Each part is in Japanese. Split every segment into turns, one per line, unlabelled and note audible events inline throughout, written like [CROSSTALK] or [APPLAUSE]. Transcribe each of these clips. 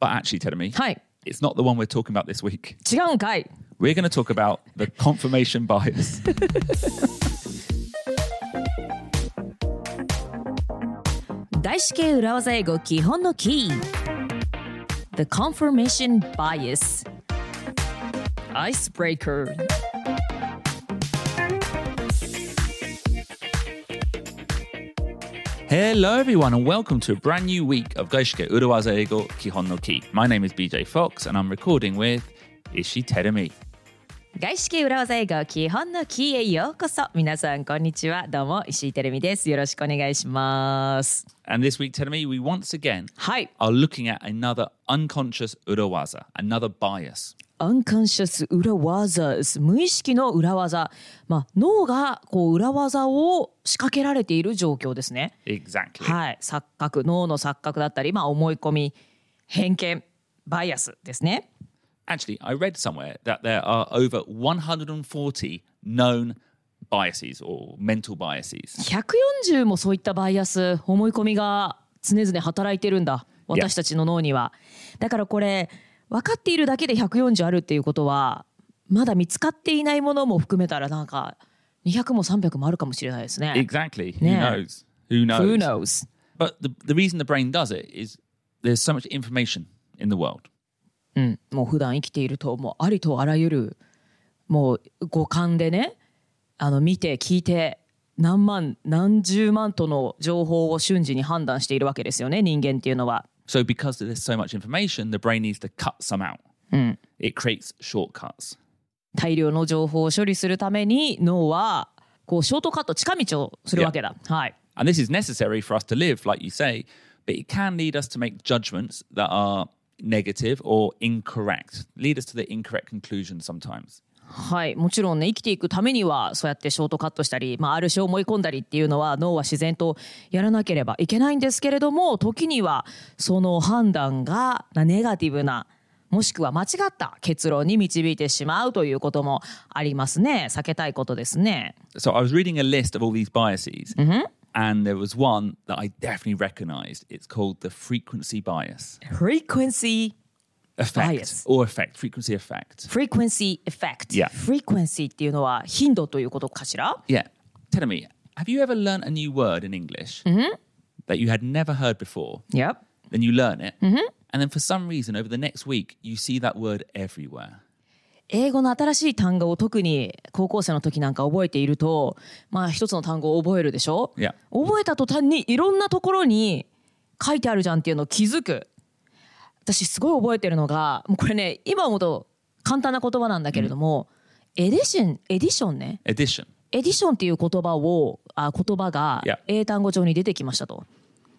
But actually, Tedemy,
はい
it's not the one we're talking about this week.
違うんかい
We're going to talk about the confirmation
[LAUGHS]
bias.
外資系裏技英語基本のキー The confirmation bias Icebreaker
ヘ Hello everyone and welcome to a brand new week of Gaishike Uruwaza Ego Kihon no Ki. My name is BJ Fox and I'm recording with Ishi Terumi.
外資系裏技英語基本のキーへようこそ皆さんこんにちはどうも石井てるみですよろしくお願いします
And this week, Terumi, we once again
はい
are looking at another unconscious Uruwaza, another bias.
アンカンシャス裏技無意識の裏技まあ脳がこう裏技を仕掛けられている状況ですね
Exactly.
はい錯覚脳の錯覚だったりまあ思い込み偏見バイアスですね
Actually, I read somewhere that there are over 140 known biases or mental biases.
140もそういったバイアス思い込みが常々働いてるんだ私たちの脳にはだからこれ分かっているだけで140あるっていうことはまだ見つかっていないものも含めたらなんか200も300もあるかもしれないですね。
Exactly. Who
Yeah.
knows? Who knows?
Who knows?
But the, the reason the brain does it is there's so much information in the world.
うん、もう普段生きているともうありとあらゆるもう五感でねあの見て聞いて何万何十万との情報を瞬時に判断しているわけですよね人間っていうのは。
So because there's so much information, the brain needs to cut some out. It creates shortcuts.
大量の情報を処理するために脳はこうショートカット近道をするわけだ。はい。
And this is necessary for us to live, like you say, but it can lead us to make judgments that are negative or incorrect, lead us to the incorrect conclusion sometimes.
はい、もちろんね生きていくためにはそうやってショートカットしたり、まあ、ある種思い込んだりっていうのは脳は自然とやらなければいけないんですけれども時にはその判断がまあネガティブなもしくは間違った結論に導いてしまうということもありますね避けたいことですね。
So I was reading a list of all these biases, and there was one that I definitely recognized. It's called the frequency bias
Frequency
effect
Bias.
or effect, frequency effect.
frequency effect、
Yeah.
frequency っていうのは頻度ということかしら
Yeah. Tell me, have you ever learnt a new word in English that you had never heard before?
Yep.
Then you learn it, and then for some reason, over the next week, you see that word everywhere.
英語の新しい単語を特に高校生の時なんか覚えていると、まあ一つの単語を覚えるでしょ、
いや
覚えた途端にいろんなところに書いてあるじゃんっていうのを気づく。私すごい覚えてるのが、もうこれね、今思うと簡単な言葉なんだけれども、エディション、エディションね。
Addition.
エディションっていう言葉を、あ言葉が
いや
英単語上に出てきましたと。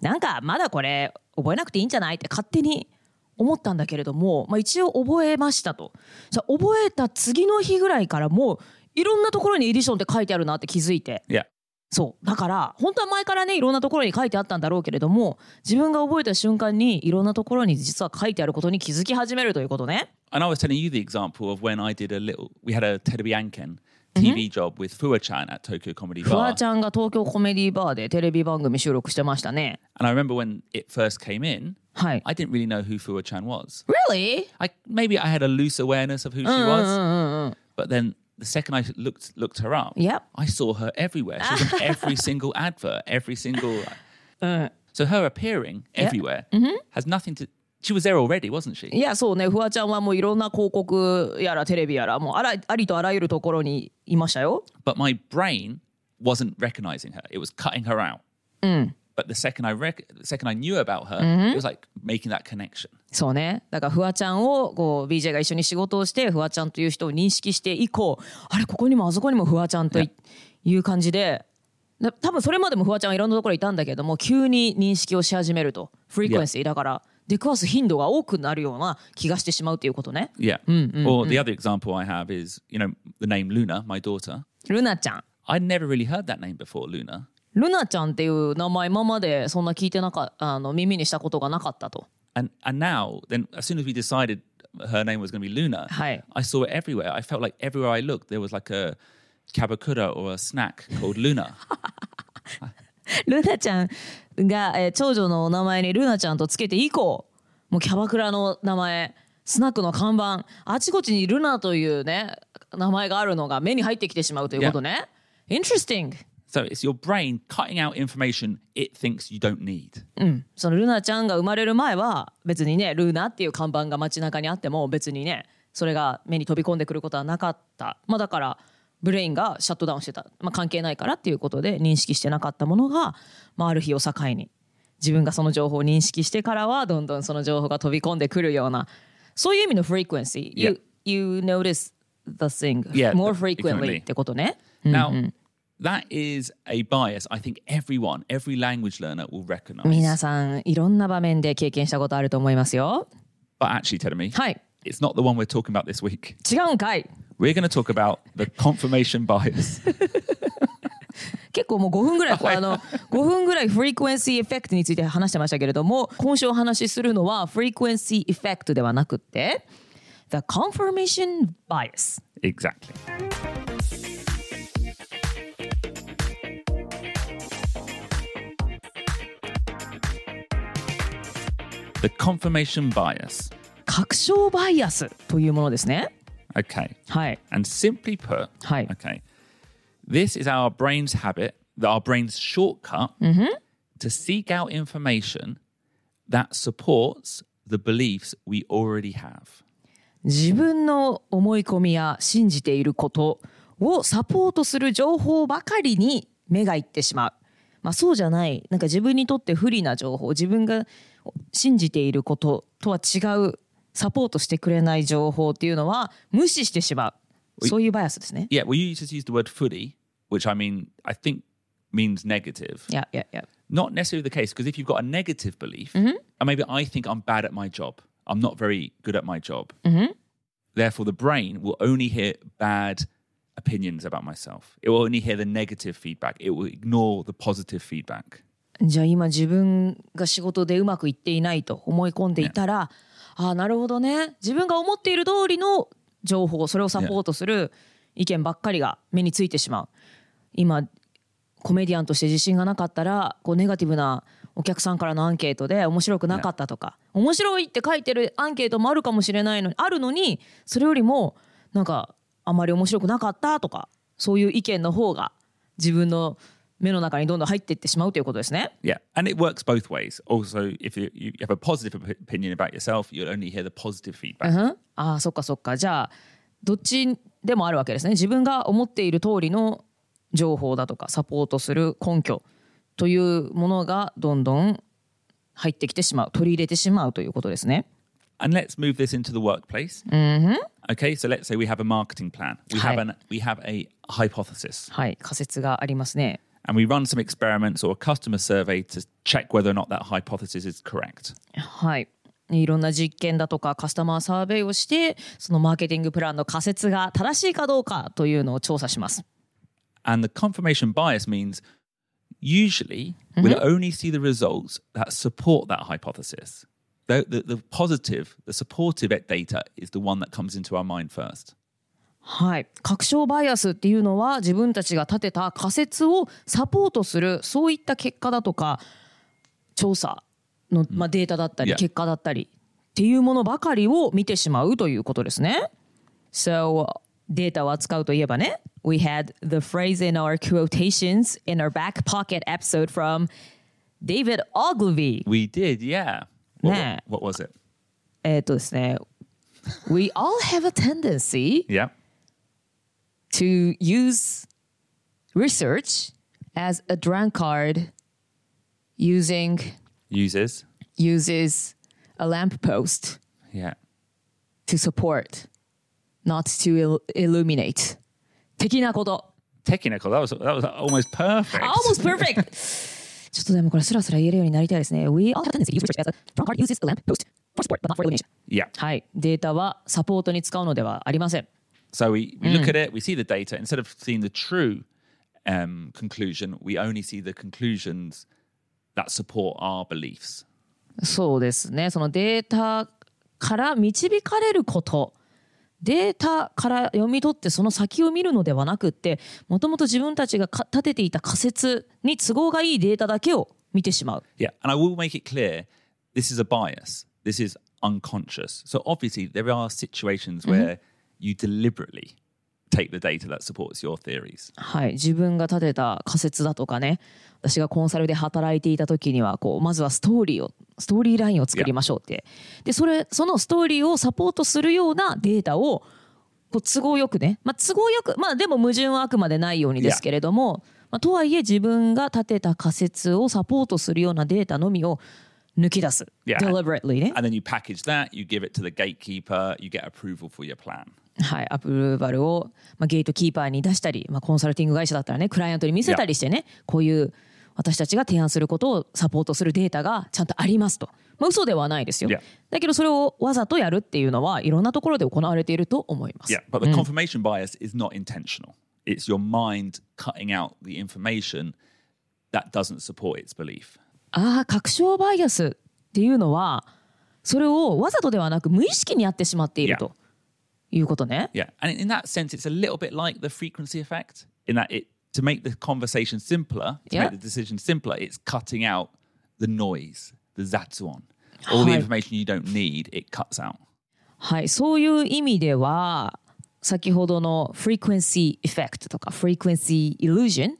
なんかまだこれ覚えなくていいんじゃないって勝手に思ったんだけれども、まあ、一応覚えましたと。じゃあ覚えた次の日ぐらいからもういろんなところにエディションって書いてあるなって気づいて。
Yeah.
そう。だから本当は前からねいろんなところに書いてあったんだろうけれども自分が覚えた瞬間にいろんなところに実は書いてあることに気づき始めるということね。
And I was telling you the example of when I did a little, we had a Teddy Anken TV job with Fua Chan at Tokyo Comedy
フ
Bar.
ワちゃんが東京コメディバーでテレビ番組収録してましたね。
And I remember when it first came in,
はい。
I didn't really know who Fua Chan was.
Really?
I maybe I had a loose awareness of who she was, but then the second I looked looked her up,
Yep.
I saw her everywhere. She was in every single advert, every single. so her appearing everywhere has nothing to. She was there already, wasn't she?
いやそうねフワちゃんはもういろんな広告やらテレビやらもうあらありとあらゆるところにいましたよ
But my brain wasn't recognizing her; it was cutting her out. But the second I rec- the second I knew about her, it was like making that connection.
そうねだからフワちゃんをこう BJ が一緒に仕事をしてフワちゃんという人を認識して以降あれここにもあそこにもフワちゃんといいう感じでだ多分それまでもフワちゃんはいろんなところにいたんだけども急に認識をし始めるとフリクエンシーだから出くわす頻度が多くなるような気がしてしまうということね
Yeah. or the other example I have is you know the name Luna, my daughter.
ルナちゃん
I'd never really heard that name before, Luna.
ルナちゃんっていう名前今までそんな聞いてなかあの耳にしたことがなかったと
and and now then as soon as we decided her name was going to be Luna,
Hi.
I saw it everywhere. I felt like everywhere I looked there was like a kabakura or a snack called Luna.
ルナちゃんが、えー長女のお名前にルナちゃんとつけて以降もうキャバクラの名前スナックの看板あちこちにルナというね名前があるのが目に入ってきてしまうということね。Interesting.
So it's your brain cutting out information it thinks you don't need.
うん、そのルナちゃんが生まれる前は別にねルナっていう看板が街中にあっても別にねそれが目に飛び込んでくることはなかった、まあ、だからブレインがシャットダウンしてた、まあ、関係ないからっていうことで認識してなかったものが、まあ、ある日を境に自分がその情報を認識してからはどんどんその情報が飛び込んでくるようなそういう意味のフリクエンシー you,
Yeah.
you notice the thing
Yeah,
more
definitely.
frequently ってことね。
Now, that is a bias I think everyone, every language learner will recognize.
皆さんいろんな場面で経験したことあると思いますよ。
But actually, Tedemi,
はい
it's not the one we're talking about this week.
違うんかい
We're going to talk about the confirmation bias.
結構もう5分ぐらいこうあの5分ぐらいフリクエンシーエフェクトについて話してましたけれども今週お話しするのはフリクエンシーエフェクトではなくて The confirmation bias
exactly. The confirmation bias.
確証バイアスというものですね
Okay.
はい
And simply put,
Hi.
okay, this is our brain's habit, that our brain's shortcut to seek out information that supports the beliefs we already have.
自分の思い込みや信じていることをサポートする情報ばかりに目がいってしまう、まあ、そうじゃないなんか自分にとって不利な情報自分が信じていることとは違うサポートしてくれない情報っていうのは無視してしまうそういうバイアスですね。
Yeah, we used to use the word footy, which I mean, I think means negative.
いやいやいや
Not necessarily the case, because if you've got a negative belief, and maybe I think I'm bad at my job, I'm not very good at my job. Therefore, the brain will only hear bad opinions about myself. It will only hear the negative feedback. It will ignore the positive feedback.
じゃあ今自分が仕事でうまくいっていないと思い込んでいたら、ああなるほどね自分が思っている通りの情報それをサポートする意見ばっかりが目についてしまう今コメディアンとして自信がなかったらこうネガティブなお客さんからのアンケートで面白くなかったとか、面白いって書いてるアンケートもあるかもしれないのにあるのにそれよりもなんかあまり面白くなかったとかそういう意見の方が自分の目の中にどんどん入っていってしまうということですね。
Yeah, and it works both ways. Also, if you, you have a positive op- opinion about yourself, you'll only hear the positive feedback.
うん、ああそっかそっかじゃあどっちでもあるわけですね自分が思っている通りの情報だとかサポートする根拠というものがどんどん入ってきてしまう取り入れてしまうということですね
And let's move this into the workplace. Okay, so let's say we have a marketing plan. We
Hi.
have an we have a hypothesis,
はい仮説がありますね
and we run some experiments or a customer survey to check whether or not that hypothesis is correct.
はいいろんな実験だとかカスタマーサーベイをしてそのマーケティングプランの仮説が正しいかどうかというのを調査します
And the confirmation bias means usually we'll only see the results that support that hypothesis. The, the, the positive, the supportive e- data is the one that comes into our mind first.
はい、確証バイアスっていうのは自分たちが立てた仮説をサポートするそういった結果だとか調査の、まあ、データだったり
Yeah.
結果だったりっていうものばかりを見てしまうということですね。So データを扱うといえばね We had the phrase in our quotations in our back pocket episode from David Ogilvy
We did, yeah. What,
Nah.
what was it?
えっとですね We all have a tendency
Yeah.
to use research as a drunkard using
Uses.
uses a lamppost
Yeah.
to support, not to il- illuminate. 的なこと。
Technical. That was that was almost perfect.
Almost [LAUGHS] perfect! ちょっとでもこれスラスラ言えるようになりたいですね。We all have a tendency to use research as a drunkard uses a lamppost for support, but not for illumination.
Yeah.
はい。データはサポートに使うのではありません。
So we, we look at it, we see the data. Instead of seeing the true um, conclusion, we only see the conclusions that support our beliefs.
そうですね。そのデータから導かれること。データから読み取ってその先を見るのではなくってもともと自分たちがか立てていた仮説に都合がいいデータだけを見てしまう
Yeah. And I will make it clear this is a bias. This is unconscious. So obviously, there are situations where you deliberately take the data that supports your theories.
はい、自分が立てた仮説だとかね私がコンサルで働いていた時にはこうまずはストーリーをストーリーラインを作りましょうってでそれそのストーリーをサポートするようなデータをこう都合よくね、まあ、都合よくまあでも矛盾はあくまでないようにですけれども、まあ、とはいえ自分が立てた仮説をサポートするようなデータのみを抜き出す、
Yeah.
deliberately ね
And then you package that, you give it to the gatekeeper, you get approval for your plan.
はい、アプローバルを、まあ、ゲートキーパーに出したり、まあ、コンサルティング会社だったらねクライアントに見せたりしてねこういう私たちが提案することをサポートするデータがちゃんとありますと、まあ、嘘ではないですよ
Yeah.
だけどそれをわざとやるっていうのはいろんなところで行われていると思います
Yeah, but the confirmation bias is not intentional. It's your mind cutting out the information that doesn't support its belief.
ああ確証バイアスっていうのはそれをわざとではなく無意識にやってしまっている
Yeah.
ということね
Yeah, and in that sense, it's a little bit like the frequency effect. In that it to make the conversation simpler, to
Yeah.
make the decision simpler, it's cutting out the noise, the zatsuon, all the
Hi.
information you don't need. It cuts out.
はい、そういう意味では先ほどの frequency effect とか frequency illusion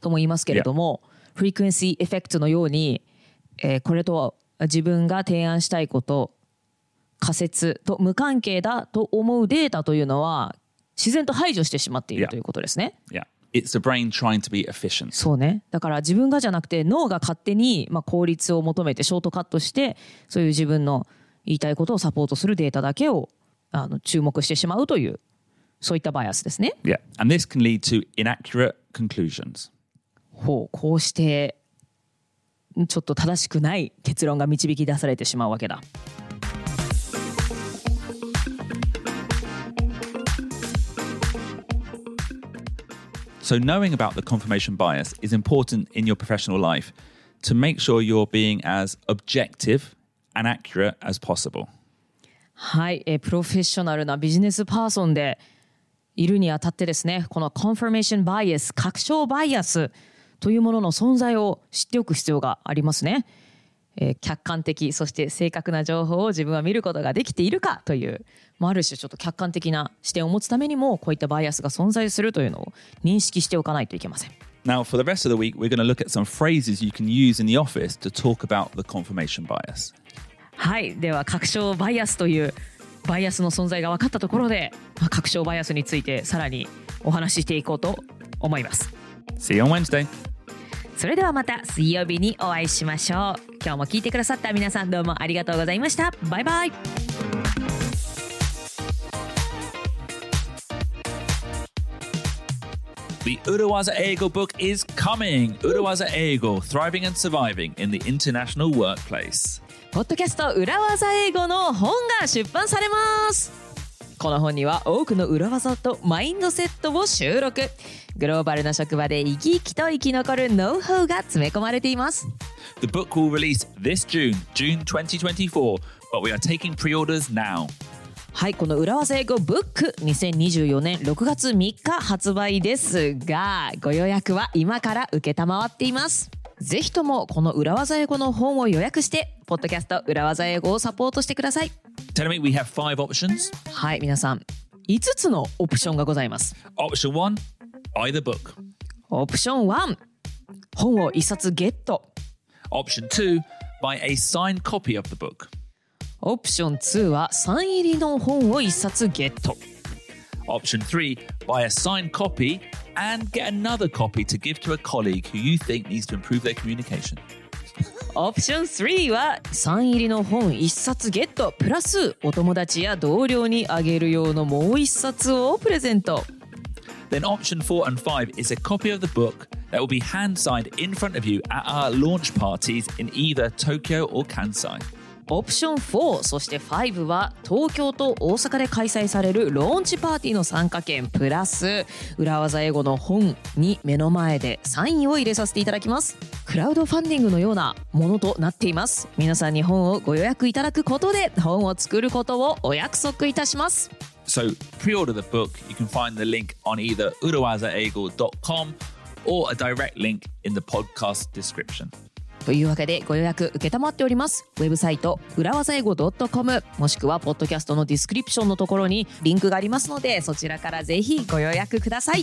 とも言いますけれども、frequency effect のように、えーこれとは自分が提案したいこと仮説と無関係だと思うデータというのは自然と排除してしまっている
Yeah.
ということですね。
Yeah, it's the brain trying to be efficient.
そうね。だから自分がじゃなくて脳が勝手に、まあ、効率を求めてショートカットしてそういう自分の言いたいことをサポートするデータだけをあの注目してしまうというそういったバイアスですね。
Yeah, and this can lead to inaccurate conclusions.
ほうこうしてちょっと正しくない結論が導き出されてしまうわけだ。
So, knowing about the confirmation bias is important in your professional life to make sure you're being as objective and accurate as possible.
はい、えープロフェッショナルなビジネスパーソンでいるにあたってですねこのコンファメーションバイアス確証バイアスというものの存在を知っておく必要がありますね、えー客観的そして正確な情報を自分は見ることができているかという、まあ、ある種ちょっと客観的な視点を持つためにもこういったバイアスが存在するというのを認識しておかないといけません
Now, for the rest of the week, we're going to look at some phrases you can use in the office to talk about the confirmation bias.
はいでは確証バイアスというバイアスの存在が分かったところで、まあ、確証バイアスについてさらにお話ししていこうと思います
See you on Wednesday.
それではまた水曜日にお会いしましょう今日も聞いてくださった皆さんどうもありがとうございましたバイバイ
The Urawaza Eagle book is coming. Urawaza Eagle, Thriving and Surviving in the International Workplace.
ポッドキャスト裏技英語の本が出版されますこの本には多くの裏技とマインドセットを収録グローバルな職場で生き生きと生き残るノウハウが詰め込まれています
The book will release this June, June 2024, but we are taking pre orders now.
はいこの裏技英語ブック2024年6月3日発売ですがご予約は今から受けたまわっていますぜひともこの裏技英語の本を予約してポッドキャスト裏技英語をサポートしてください
Tell me, we have five options.
はい皆さん5つのオプションがございます
Option one, buy the book.
オプション1本を1冊ゲット
Option two, buy a signed copy of the book.
オプション2はサイン入りの本を1冊ゲット
Option three, buy a signed copy and get another copy to give to a colleague who you think needs to improve their communication.
オプション3はサイン入りの本1冊ゲットプラスお友達や同僚にあげる用のもう1冊をプレゼント
Then option four and five is a copy of the book that will be hand signed in front of you at our launch parties in either Tokyo or Kansai.
オプション4そして5は東京と大阪で開催されるローンチパーティーの参加券プラス裏技英語の本に目の前でサインを入れさせていただきますクラウドファンディングのようなものとなっています皆さんに本をご予約いただくことで本を作ることをお約束いたします
So pre order the book. You can find the link on either urawazaeagle.com or a direct link in the podcast description.
というわけでご予約受けたまっておりますウェブサイト裏技英語 .com もしくはポッドキャストのディスクリプションのところにリンクがありますのでそちらからぜひご予約ください